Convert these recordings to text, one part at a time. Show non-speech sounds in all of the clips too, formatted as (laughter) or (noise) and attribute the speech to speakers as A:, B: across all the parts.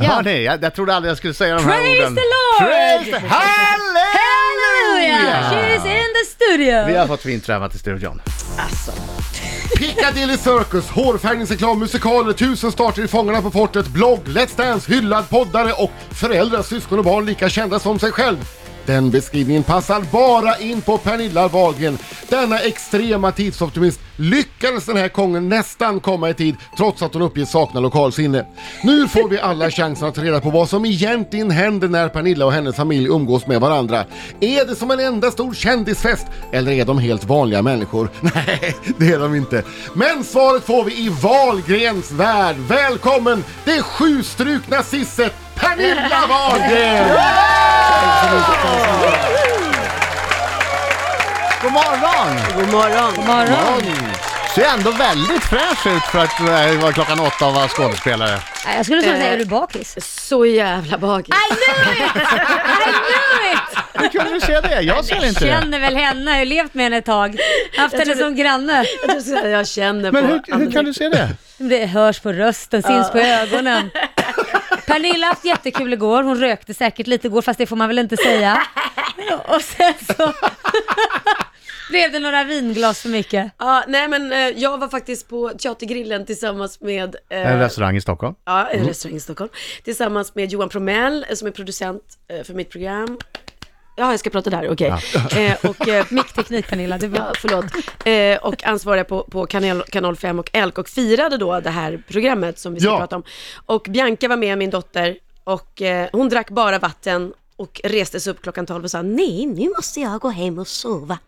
A: Ja.
B: Hörni, jag, jag trodde aldrig jag skulle säga de här
A: Praise
B: orden.
A: the Lord!
B: Praise the Halleluja!
A: Hallelujah! She is in the studio!
B: Vi har fått fint träffat i studion.
A: Alltså,
C: Piccadilly Circus, hårfärgningsreklam, musikaler, tusen starter i Fångarna på fortet, blogg, Let's Dance, hyllad poddare och föräldrar, syskon och barn lika kända som sig själv. Den beskrivningen passar bara in på Pernilla Wahlgren. Denna extrema tidsoptimist lyckades den här gången nästan komma i tid trots att hon uppges sakna lokalsinne. Nu får vi alla chansen att ta reda på vad som egentligen händer när Pernilla och hennes familj umgås med varandra. Är det som en enda stor kändisfest eller är de helt vanliga människor? (laughs) Nej, det är de inte. Men svaret får vi i Wahlgrens värld. Välkommen det sjustrukna sisset Pernilla Wahlgren!
B: God morgon!
D: God morgon.
A: god morgon!
B: Ser ändå väldigt fräsch ut för att eh, vara klockan åtta och vara skådespelare.
A: Nej, Jag skulle snarare säga,
D: Eh.
A: är du bakis?
D: Så jävla bakis.
A: I knew it! I knew it!
B: Hur kunde du se det? Jag ser inte det.
A: Känner väl henne, jag har ju levt med henne ett tag. Haft henne som granne.
D: Jag tror så här, Jag känner
B: Men
D: på
B: hur, hur
D: Anneli.
B: kan du se det?
A: Det hörs på rösten, syns på ögonen. Pernilla har haft jättekul igår, hon rökte säkert lite igår, fast det får man väl inte säga. Och sen så (laughs) blev det några vinglas för mycket.
D: Ja, nej men eh, jag var faktiskt på Teatergrillen tillsammans med... eh,
B: En restaurang i Stockholm.
D: Ja, en restaurang i Stockholm. Tillsammans med Johan Promell eh, som är producent eh, för mitt program. Ja, jag ska prata där, okej. Eh, och, eh,
A: Mickteknik Pernilla, det är bra.
D: Ja, förlåt. Eh, och ansvariga på, på kanal, kanal 5 och Elk och firade då det här programmet som vi ska
C: Ja.
D: prata om. Och Bianca var med, min dotter, och eh, hon drack bara vatten och reste sig upp klockan 12 och sa nej, nu måste jag gå hem och sova.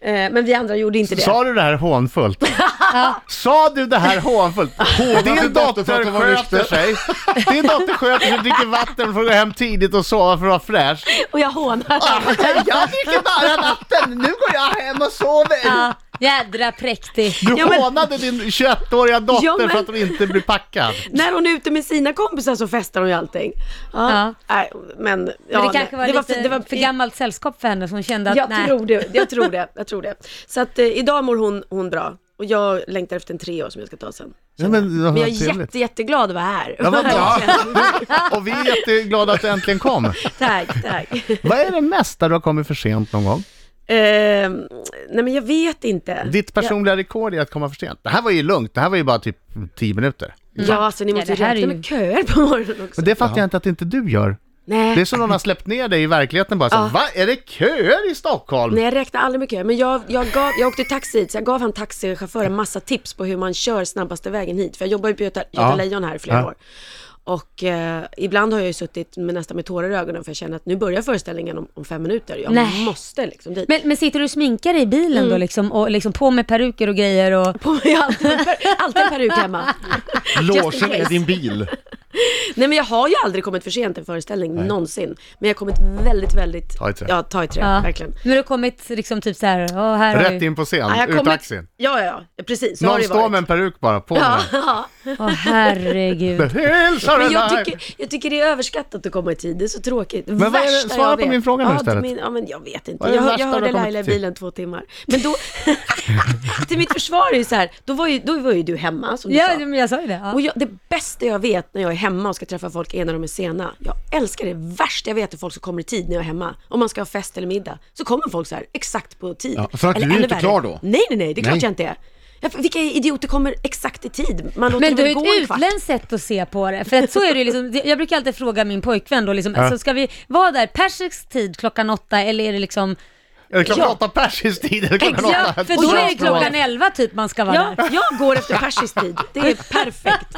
D: Eh, men vi andra gjorde inte det.
B: Sa du det här hånfullt?
A: (laughs)
B: Sa du det här hånfullt? Din
C: sin dotter för
B: dotter
C: att hon var
B: sköter
C: nykter.
B: sig. Din dotter sköter sig, dricker vatten, får gå hem tidigt och sova för att vara
A: (laughs)
B: fräsch.
D: Och jag hånar.
B: Jag dricker bara vatten, nu går jag hem och sover.
A: Ja, jädra präktig.
B: Du
D: Ja, men-
B: hånade din 21-åriga dotter
D: Ja, men-
B: för att hon inte blir packad.
D: När hon är ute med sina kompisar så festar hon ju allting. Ja,
A: Ja.
D: Nej, men, ja,
A: Men det kanske
D: nej.
A: var, lite
D: fi-
A: för gammalt sällskap för henne, så hon kände att
D: Jag
A: nej.
D: tror det, jag tror det, jag tror det. Så att eh, idag mår hon, hon bra. Och jag längtar efter en trea som jag ska ta sen.
B: Ja, men,
D: Men jag är jätte, jätteglad att vara här.
B: Ja, vad bra. Och vi är jätteglada att du äntligen kom.
D: (laughs) tack, tack.
B: Vad är det mesta du har kommit för sent någon gång?
D: Ehm, nej men jag vet inte.
B: Ditt personliga rekord är att komma för sent. Det här var ju lugnt, det här var ju bara typ 10 minuter.
D: Ja, alltså ni måste
A: Ja, det här
D: ju räkna
A: är ju-
D: med köer på morgonen också.
B: Men det fattar jag inte att inte du gör.
D: Nej.
B: Det är som någon har släppt ner dig i verkligheten bara så,
D: Ja.
B: va? Är det köer i Stockholm?
D: Nej, jag räknar aldrig med köer. Men jag, jag, gav, jag åkte taxi hit, så jag gav han taxichauffören massa tips på hur man kör snabbaste vägen hit. För jag jobbar ju på Göta, Göta
B: Ja.
D: Lejon här i flera
B: Ja.
D: år. Och eh, ibland har jag ju suttit med, nästan med tårar i ögonen för jag känner att nu börjar föreställningen om, om fem minuter. Jag
A: Nej.
D: måste liksom dit.
A: Men, men sitter du och sminkar dig i bilen då
D: Mm.
A: liksom, och liksom på med peruker och grejer och...
D: På mig alltid, en per- alltid en peruk hemma. Just in
C: Låsen
D: case.
C: är din bil.
D: Nej men jag har ju aldrig kommit för sent till en föreställning någonsin. Men jag har kommit väldigt, väldigt...
B: Ta i trä.
D: Ja, ta i trä.
A: Ja.
D: Verkligen.
A: Nu har du kommit liksom typ så här, åh, här har
B: Rätt
A: vi...
B: in på scen,
D: Ja, jag har
B: ur
D: kommit-
B: taxin.
D: Ja, ja, ja. Precis. Så har
B: Någon
D: det ju
B: står
D: varit.
B: med en peruk bara, på med
D: (laughs)
B: den.
A: Åh herregud.
B: Hälsa
D: Men
B: den
D: jag
B: här!
D: tycker, jag tycker det är överskattat att komma i tid, det är så tråkigt.
B: vad är det-
D: Värsta
B: svara
D: jag
B: på
D: vet.
B: min fråga nu
D: ja, det-
B: istället.
D: Min, ja, men jag vet inte.
B: Vad är det
D: Jag, hör-
B: värsta
D: jag
B: du har
D: hörde
B: kommit
D: Laila i
B: till?
D: bilen två timmar. Men då, (laughs) till mitt försvar är ju så här, då var ju, då var ju du hemma som du
A: Ja,
D: sa.
A: men jag sa ju det.
D: Och
A: Ja.
D: jag, det bästa jag vet när jag är hemma och ska träffa folk är när de är sena. Jag älskar det. Värst jag vet är folk som kommer i tid när jag är hemma. Om man ska ha fest eller middag. Så kommer folk så här exakt på tid.
C: Ja, för att
D: eller,
C: du är
D: ännu
C: inte
D: värre.
C: klar då.
D: Nej, nej, nej. Det är klart
C: Nej.
D: jag inte är. Ja, för Vilka idioter kommer exakt i tid? Man låter
A: Men du
D: väl
A: har
D: gå
A: ett
D: en kvart.
A: utländskt sätt att se på det. För att så är det ju liksom, det- jag brukar alltid fråga min pojkvän då liksom, alltså, ska vi vara där persisk tid klockan åtta eller är det liksom...
B: Är det klockan
D: Ja.
B: åtta persisk tid? Är det klockan
A: Ja,
B: åtta?
A: för då är det klockan elva typ man ska vara
D: Ja,
A: där.
D: jag går efter persisk tid. Det är (laughs) perfekt.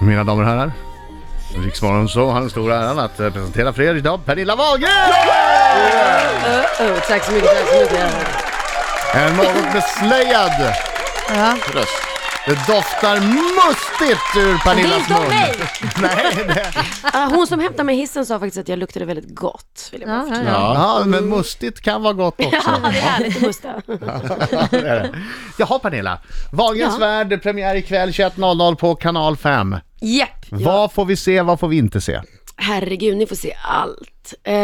B: Mina damer och herrar, Riksmorgon så har den stora äran att eh, presentera för er idag Pernilla Wahlgren!
D: Oh, tack så mycket, tack så mycket.
B: En något beslöjad röst. Det doftar mustigt ur Pernillas
A: Det är inte
B: mun. (laughs) Nej,
A: om mig.
B: det...
D: Ah, hon som hämtade mig i hissen sa faktiskt att jag luktade väldigt gott. Vill jag bara
A: Ja, ja,
D: förtydliga.
A: ja.
B: Ja, men mustigt kan vara gott också.
D: (laughs) Ja, det är härligt att musta.
B: Ja, det är det. Jaha Pernilla, Wahlgrens
D: Ja.
B: värld, premiär ikväll 21.00 på kanal 5.
D: Japp.
B: Vad får vi se, vad får vi inte se?
D: Herregud, ni får se allt. Eh,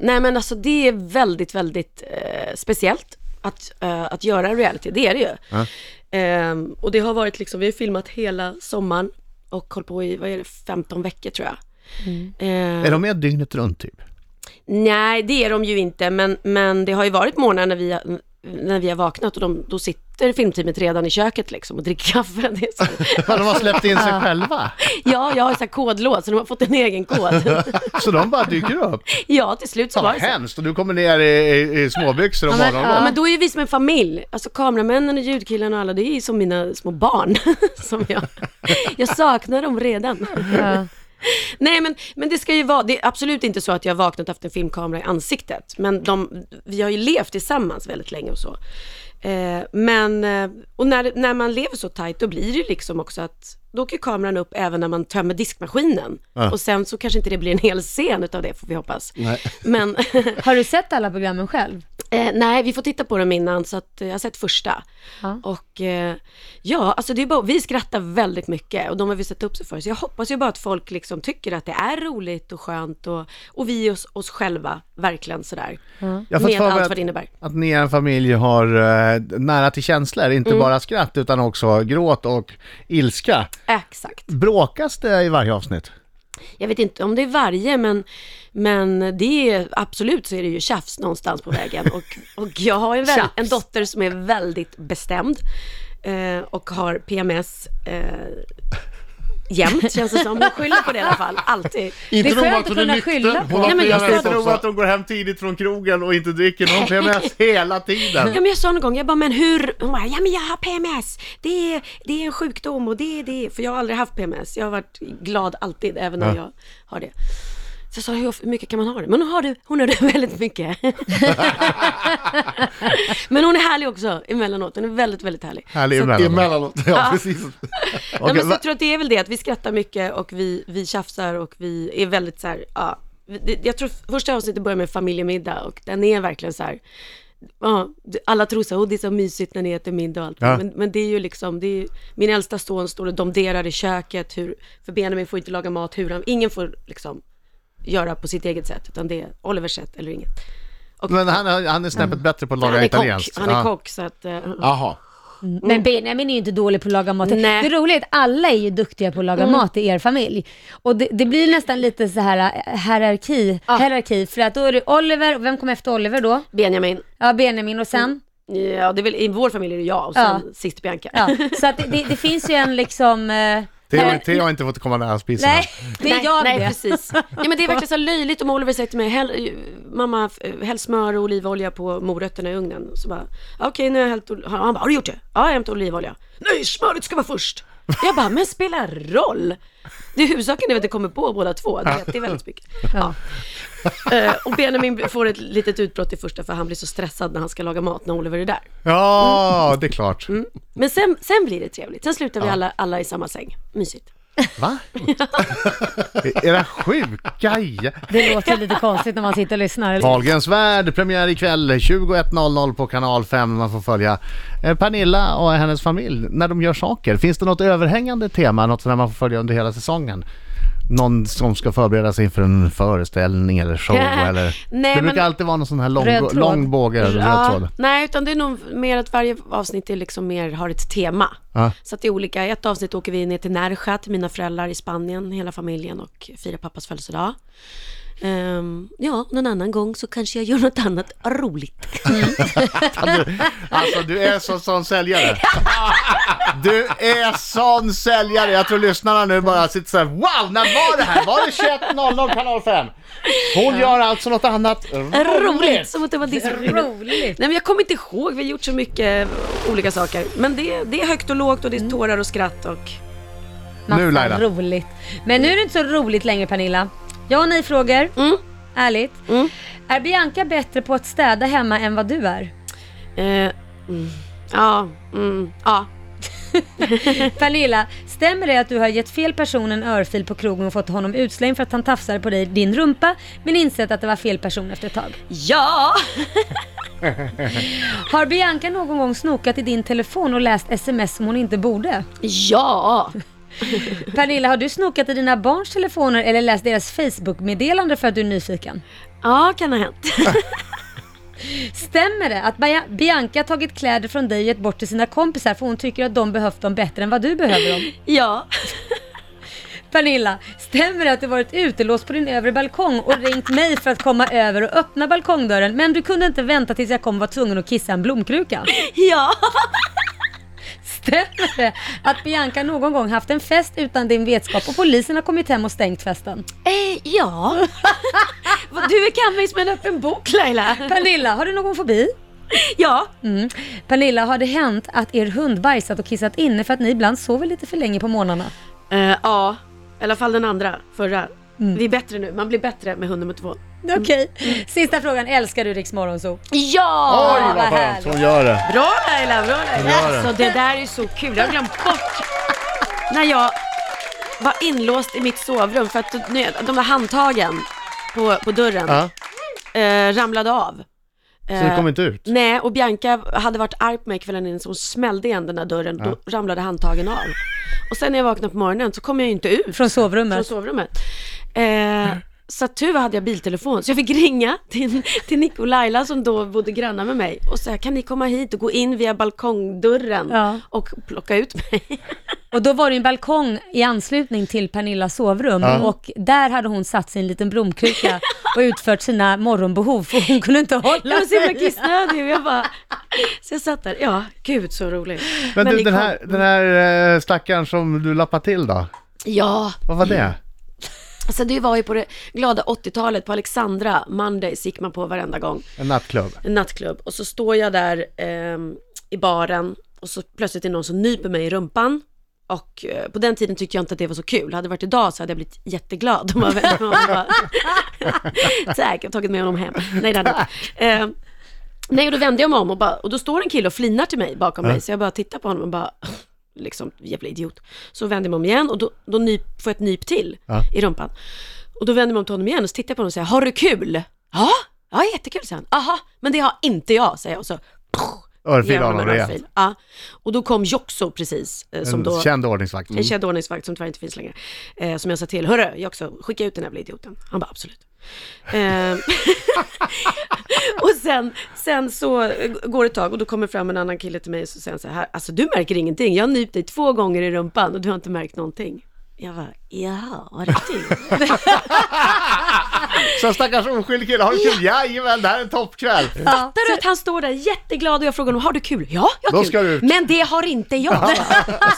D: nej men alltså det är väldigt, väldigt eh, speciellt att, eh, att göra en reality, det är det ju. Ehm, och det har varit liksom, vi har filmat hela sommaren och hållit på i, vad är det, 15 veckor tror jag. Eh,
B: Är de med dygnet runt typ?
D: nej, det är de ju inte, men, men det har ju varit morgnar när vi, har- när vi har vaknat och de, då sitter filmteamet redan i köket liksom och dricker kaffe. (laughs) Det är så.
B: (laughs) Ja, de har släppt
D: (laughs)
B: in sig själva.
D: Ja, jag har ju så här kodlåt, så de har fått en egen kod.
B: Så de bara dyker upp.
D: Ja, till slut så
B: Fan
D: var
B: vad
D: det så.
B: hemskt. Och du kommer ner i, i, i småbyxor och
A: Ja, men,
D: Ja,
B: morgonrock.
D: men då är ju vi som en familj. Alltså kameramännen och ljudkillarna och alla, det är ju som mina små barn. (laughs) som jag. jag saknar dem redan.
A: Ja.
D: Nej, men, men det ska ju vara, det är absolut inte så att jag har vaknat och haft en filmkamera i ansiktet. Men de, vi har ju levt tillsammans väldigt länge och så. Eh, men, eh, och när, när man lever så tajt, då blir det ju liksom också att, då åker kameran upp även när man tömmer diskmaskinen.
B: Ja.
D: Och sen så kanske inte det blir en hel scen utav det, får vi hoppas.
C: Nej.
D: Men, (laughs)
A: Har du sett alla programmen själv?
D: Eh, nej, vi får titta på dem innan, så att, eh, jag har sett första.
A: Ja.
D: Och eh, ja, alltså det är bara, vi skrattar väldigt mycket och de har vi sett upp sig för. Så jag hoppas ju bara att folk liksom tycker att det är roligt och skönt och, och vi oss, oss själva, verkligen sådär.
B: Jag har fått
D: Med
B: för mig
D: allt
B: att-
D: vad det innebär.
B: Att ni är en familj har eh, nära till känslor, inte
D: Mm.
B: bara skratt utan också gråt och ilska.
D: Exakt.
B: Bråkas det i varje avsnitt?
D: Jag vet inte om det är varje, men, men det är, absolut så är det ju tjafs någonstans på vägen. Och, och jag har en, väl, en
A: Tjafs.
D: dotter som är väldigt bestämd eh, och har PMS eh, jämt, känns det som. Hon skyller på det i alla fall, alltid.
A: Det
C: Inte
A: är
C: nog
A: skönt
C: att
A: att
C: hon är
A: kunna skylla
C: nykter,
A: på.
C: hon har
D: Nej, men jag
C: PMS
D: ska-
C: också.
B: de går hem tidigt från krogen och inte dricker någon PMS hela
D: Ja,
B: tiden.
D: men jag sa någon gång, jag bara, men hur? Hon bara, ja men jag har PMS. Det är, det är en sjukdom och det är det. För jag har aldrig haft PMS. Jag har varit glad alltid, även när jag har det. Så jag sa, hur mycket kan man ha det? Men hon har det, hon har det (laughs) väldigt mycket. men hon är härlig också emellanåt. Hon är väldigt, väldigt härlig.
B: Härlig emellanåt.
C: Emellanåt, (laughs) ja precis.
D: Nej,
B: Okej,
D: men så
B: va-
D: jag tror att det är väl det, att vi skrattar mycket och vi, vi tjafsar och vi är väldigt så här, ja. vi- det- Jag tror första avsnittet börjar med familjemiddag och den är verkligen så här, ja, det- alla tror så här, "Åh, det är så mysigt när ni äter middag och allt.
B: Ja.
D: Men, men det är ju liksom, det är ju, min äldsta son står och domderar i köket, hur, för Benjamin får inte laga mat, hur han, ingen får liksom göra på sitt eget sätt, utan det är Olivers sätt eller inget. Och
B: Men han, är- han är snäppet bättre på att
D: Mm. han
B: laga
D: är kock,
B: italienskt.
D: han är
B: Ja.
D: kock så att, eh,
C: Jaha.
A: Men Benjamin är ju inte dålig på att laga mat.
D: Mm. Nej. Mm.
A: Det roliga är att alla är ju duktiga på att laga mat i er familj. Och det, det blir nästan lite så här eh, hierarki, hierarki. För att då är det Oliver, och vem kom efter Oliver då?
D: Benjamin,
A: Ja, Benjamin och sen?
D: Mm. ja det är väl, i vår familj är det jag och sen
A: Ja.
D: sist Bianca.
A: Ja. Så att det, det, det finns ju en liksom... Eh,
B: Theo
A: här-
B: Theo har inte fått komma nära spisen.
A: nej, det är
D: nej,
A: jag
D: nej,
A: det. (laughs)
D: precis. Nej, men det är verkligen så löjligt om Oliver säger till mig, häll, mamma, f- häll smör och olivolja på morötterna i ugnen. Så bara, "Ja, okej nu har jag hällt ol-" Han bara, har du gjort det? Ja, jag har hämtat olivolja. Nej, smöret ska vara först. Jag bara, men spelar roll. Det är huvudsaken är att det kommer på båda två. Det är, det är väldigt mycket. Ja. Eh, och Benjamin får ett litet utbrott i första för han blir så stressad när han ska laga mat när Oliver är där.
A: Mm.
B: Ja, det är klart.
D: Men sen, sen blir det trevligt. Sen slutar vi alla, alla i samma säng. Mysigt.
B: Va? (laughs) Era sjuka jä-
A: Det låter lite konstigt när man sitter och lyssnar.
B: Wahlgrens värld, premiär ikväll 21.00 på kanal 5. Man får följa eh, Pernilla och hennes familj när de gör saker. Finns det något överhängande tema, något som man får följa under hela säsongen? Någon som ska förbereda sig inför en föreställning eller
A: (laughs)
B: show eller...
D: Nej,
B: det brukar
D: men-
B: alltid vara någon sån här lång,
A: Röd tråd.
B: lång båge eller röd tråd.
D: nej, utan det är nog mer att varje avsnitt är liksom mer har ett tema.
B: Ja.
D: Så att det är olika. I ett avsnitt åker vi ner till Nerja, till mina föräldrar i Spanien, hela familjen och firar pappas födelsedag. Ehm, ja, någon annan gång så kanske jag gör något annat roligt.
B: Alltså du är så, sån säljare. Du är sån säljare. Jag tror lyssnarna nu bara sitter såhär wow, när var det här? Var det 21.00 kanal 5? Hon gör alltså något annat
D: (laughs) roligt! Som att det var Disney.
A: Roligt.
D: Nej men jag kommer inte ihåg, vi har gjort så mycket olika saker. Men det, det är högt och lågt och det är tårar och skratt och...
A: Massa
B: Nu, Laila.
A: roligt. Men nu är det inte så roligt längre Pernilla. Ja och nej-frågor.
D: Mm.
A: Ärligt.
D: Mm.
A: Är Bianca bättre på att städa hemma än vad du är?
D: Eh, mm, ja, mm, ja.
A: Pernilla, stämmer det att du har gett fel person en örfil på krogen och fått honom utslängd för att han tafsade på dig, din rumpa, men insett att det var fel person efter ett tag?
D: Ja!
A: Har Bianca någon gång snokat i din telefon och läst sms som hon inte borde?
D: (laughs) Ja!
A: Pernilla, har du snokat i dina barns telefoner eller läst deras Facebook-meddelande för att du är nyfiken?
D: Ja, kan ha (laughs) hänt.
A: Stämmer det att Bia- Bianca tagit kläder från dig och gett bort till sina kompisar för hon tycker att de behövt dem bättre än vad du behöver dem?
D: Ja.
A: Pernilla, stämmer det att du varit utelåst på din övre balkong och ringt mig för att komma över och öppna balkongdörren men du kunde inte vänta tills jag kom och var tvungen att kissa en blomkruka?
D: (laughs) Ja.
A: Stämmer det att Bianca någon gång haft en fest utan din vetskap och polisen har kommit hem och stängt festen?
D: Eh, ja. Vad, (laughs) du kan mig som en öppen bok Laila.
A: Pernilla, har du någon fobi?
D: (laughs) Ja.
A: Mm. Pernilla, har det hänt att er hund bajsat och kissat inne för att ni ibland sover lite för länge på morgnarna?
D: Eh, ja. I alla fall den andra, förra. Vi är bättre nu. Man blir bättre med hunden med två.
A: Okej. Sista frågan, älskar du Riks Morgonzoo?
D: Ja!
B: Oj,
A: vad
B: vad skönt.
A: härligt.
B: Hon gör det.
D: Bra Laila, bra Laila.
B: Bra det.
D: Alltså det där är så kul. Jag har glömt bort när jag var inlåst i mitt sovrum för att nu- de där handtagen på, på dörren
B: Ja,
D: eh, ramlade av.
B: så det
D: Eh,
B: kom inte ut.
D: Nej, och Bianca hade varit arg på mig kvällen innan så hon smällde igen den där dörren, då ramlade handtagen av. Och sen när jag vaknade på morgonen så kom jag ju inte ut
A: Från
D: från
A: sovrummet?
D: sovrummet. Eh, så att tur var hade jag biltelefon, så jag fick ringa till, till Nick och Laila som då bodde grannar med mig och säga kan ni komma hit och gå in via balkongdörren
A: Ja.
D: och plocka
B: (laughs)
D: ut mig?
A: Och då var det en balkong i anslutning till Pernillas sovrum och där hade hon satt sin liten blomkruka och utfört sina morgonbehov för hon kunde inte
D: Jag
A: hålla
D: var så himla
A: sig.
D: kissnödig och jag bara, så jag satt där, ja gud så roligt.
B: Men
D: ni
B: du, den
D: kom-
B: här, den här eh, stackaren som du lappade till då?
D: Ja,
B: Vad var
D: Mm.
B: det?
D: alltså det var ju på det glada 80-talet på Alexandra, Mondays gick man på varenda gång.
B: En nattklubb?
D: en nattklubb och så står jag där ehm, i baren och så plötsligt är det någon som nyper mig i rumpan. Och eh, på den tiden tyckte jag inte att det var så kul. Hade det varit idag så hade jag blivit jätteglad. De bara, de (laughs) bara, Tack, jag har tagit med honom hem. Nej, det hade jag inte. Ehm, Nej, och då vände jag mig om och, bara, och då står en kille och flinar till mig bakom mig. Så jag bara tittar på honom och bara, (laughs) liksom, jävla idiot. Så vände jag mig om igen och då, då nyp, får jag ett nyp till
B: Ja.
D: i rumpan. Och då vänder jag mig om till honom igen och så tittar jag på honom och säger, har du kul? Ja, ja jättekul, säger han. Aha, men det har inte jag, säger jag. Och så ger
B: Örfil
D: jag
B: av
D: honom
B: honom
D: en
B: rejält.
D: örfil. Ja. Och då kom Joxo precis, eh, som
B: En
D: då...
B: känd ordningsvakt.
D: En känd ordningsvakt som tyvärr inte finns längre. Eh, som jag sa till, hörru, jag också, skicka ut den här jävla idioten. Han bara, absolut. Eh, (laughs) och sen, sen så eh, går det ett tag och då kommer fram en annan kille till mig och så säger han så här, alltså du märker ingenting, jag har nypt dig två gånger i rumpan och du har inte märkt någonting. Jag bara, jaha, har du tur?
B: (laughs) Så stackars oskyldig kille, har du kul? Jajamän, det här är en toppkväll.
D: (laughs) Fattar du att han står där jätteglad och jag frågar honom, har du kul? Ja, jag
B: Då
D: har
B: ska du
D: kul.
B: ut.
D: Men det har
B: (laughs)
D: inte jag.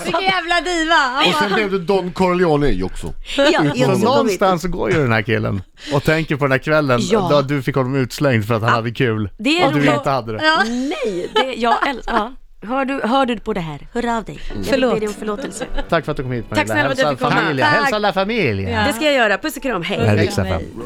A: Vilken jävla diva!
C: Och sen blev du Don Corleone i också.
D: ja,
B: Så
D: (laughs) jag-
B: någonstans så går ju den här killen och tänker på den här kvällen
D: Ja.
B: då du fick honom utslängd för att han hade kul
D: det är
B: och du
D: roligt.
B: inte hade det.
A: Ja.
D: Nej, det, jag älskar... Ja. Hör, du, hör du på det här, hör av dig. Jag vill
A: Förlåt.
D: be dig om förlåtelse.
B: Tack för att du kom hit Pernilla.
D: snälla för att jag
B: Hälsa
D: fick komma.
B: familjen,
A: Tack.
B: hälsa la familjen.
A: Ja.
D: Det ska jag göra. Puss och kram, hej.
B: Här är Rix FM.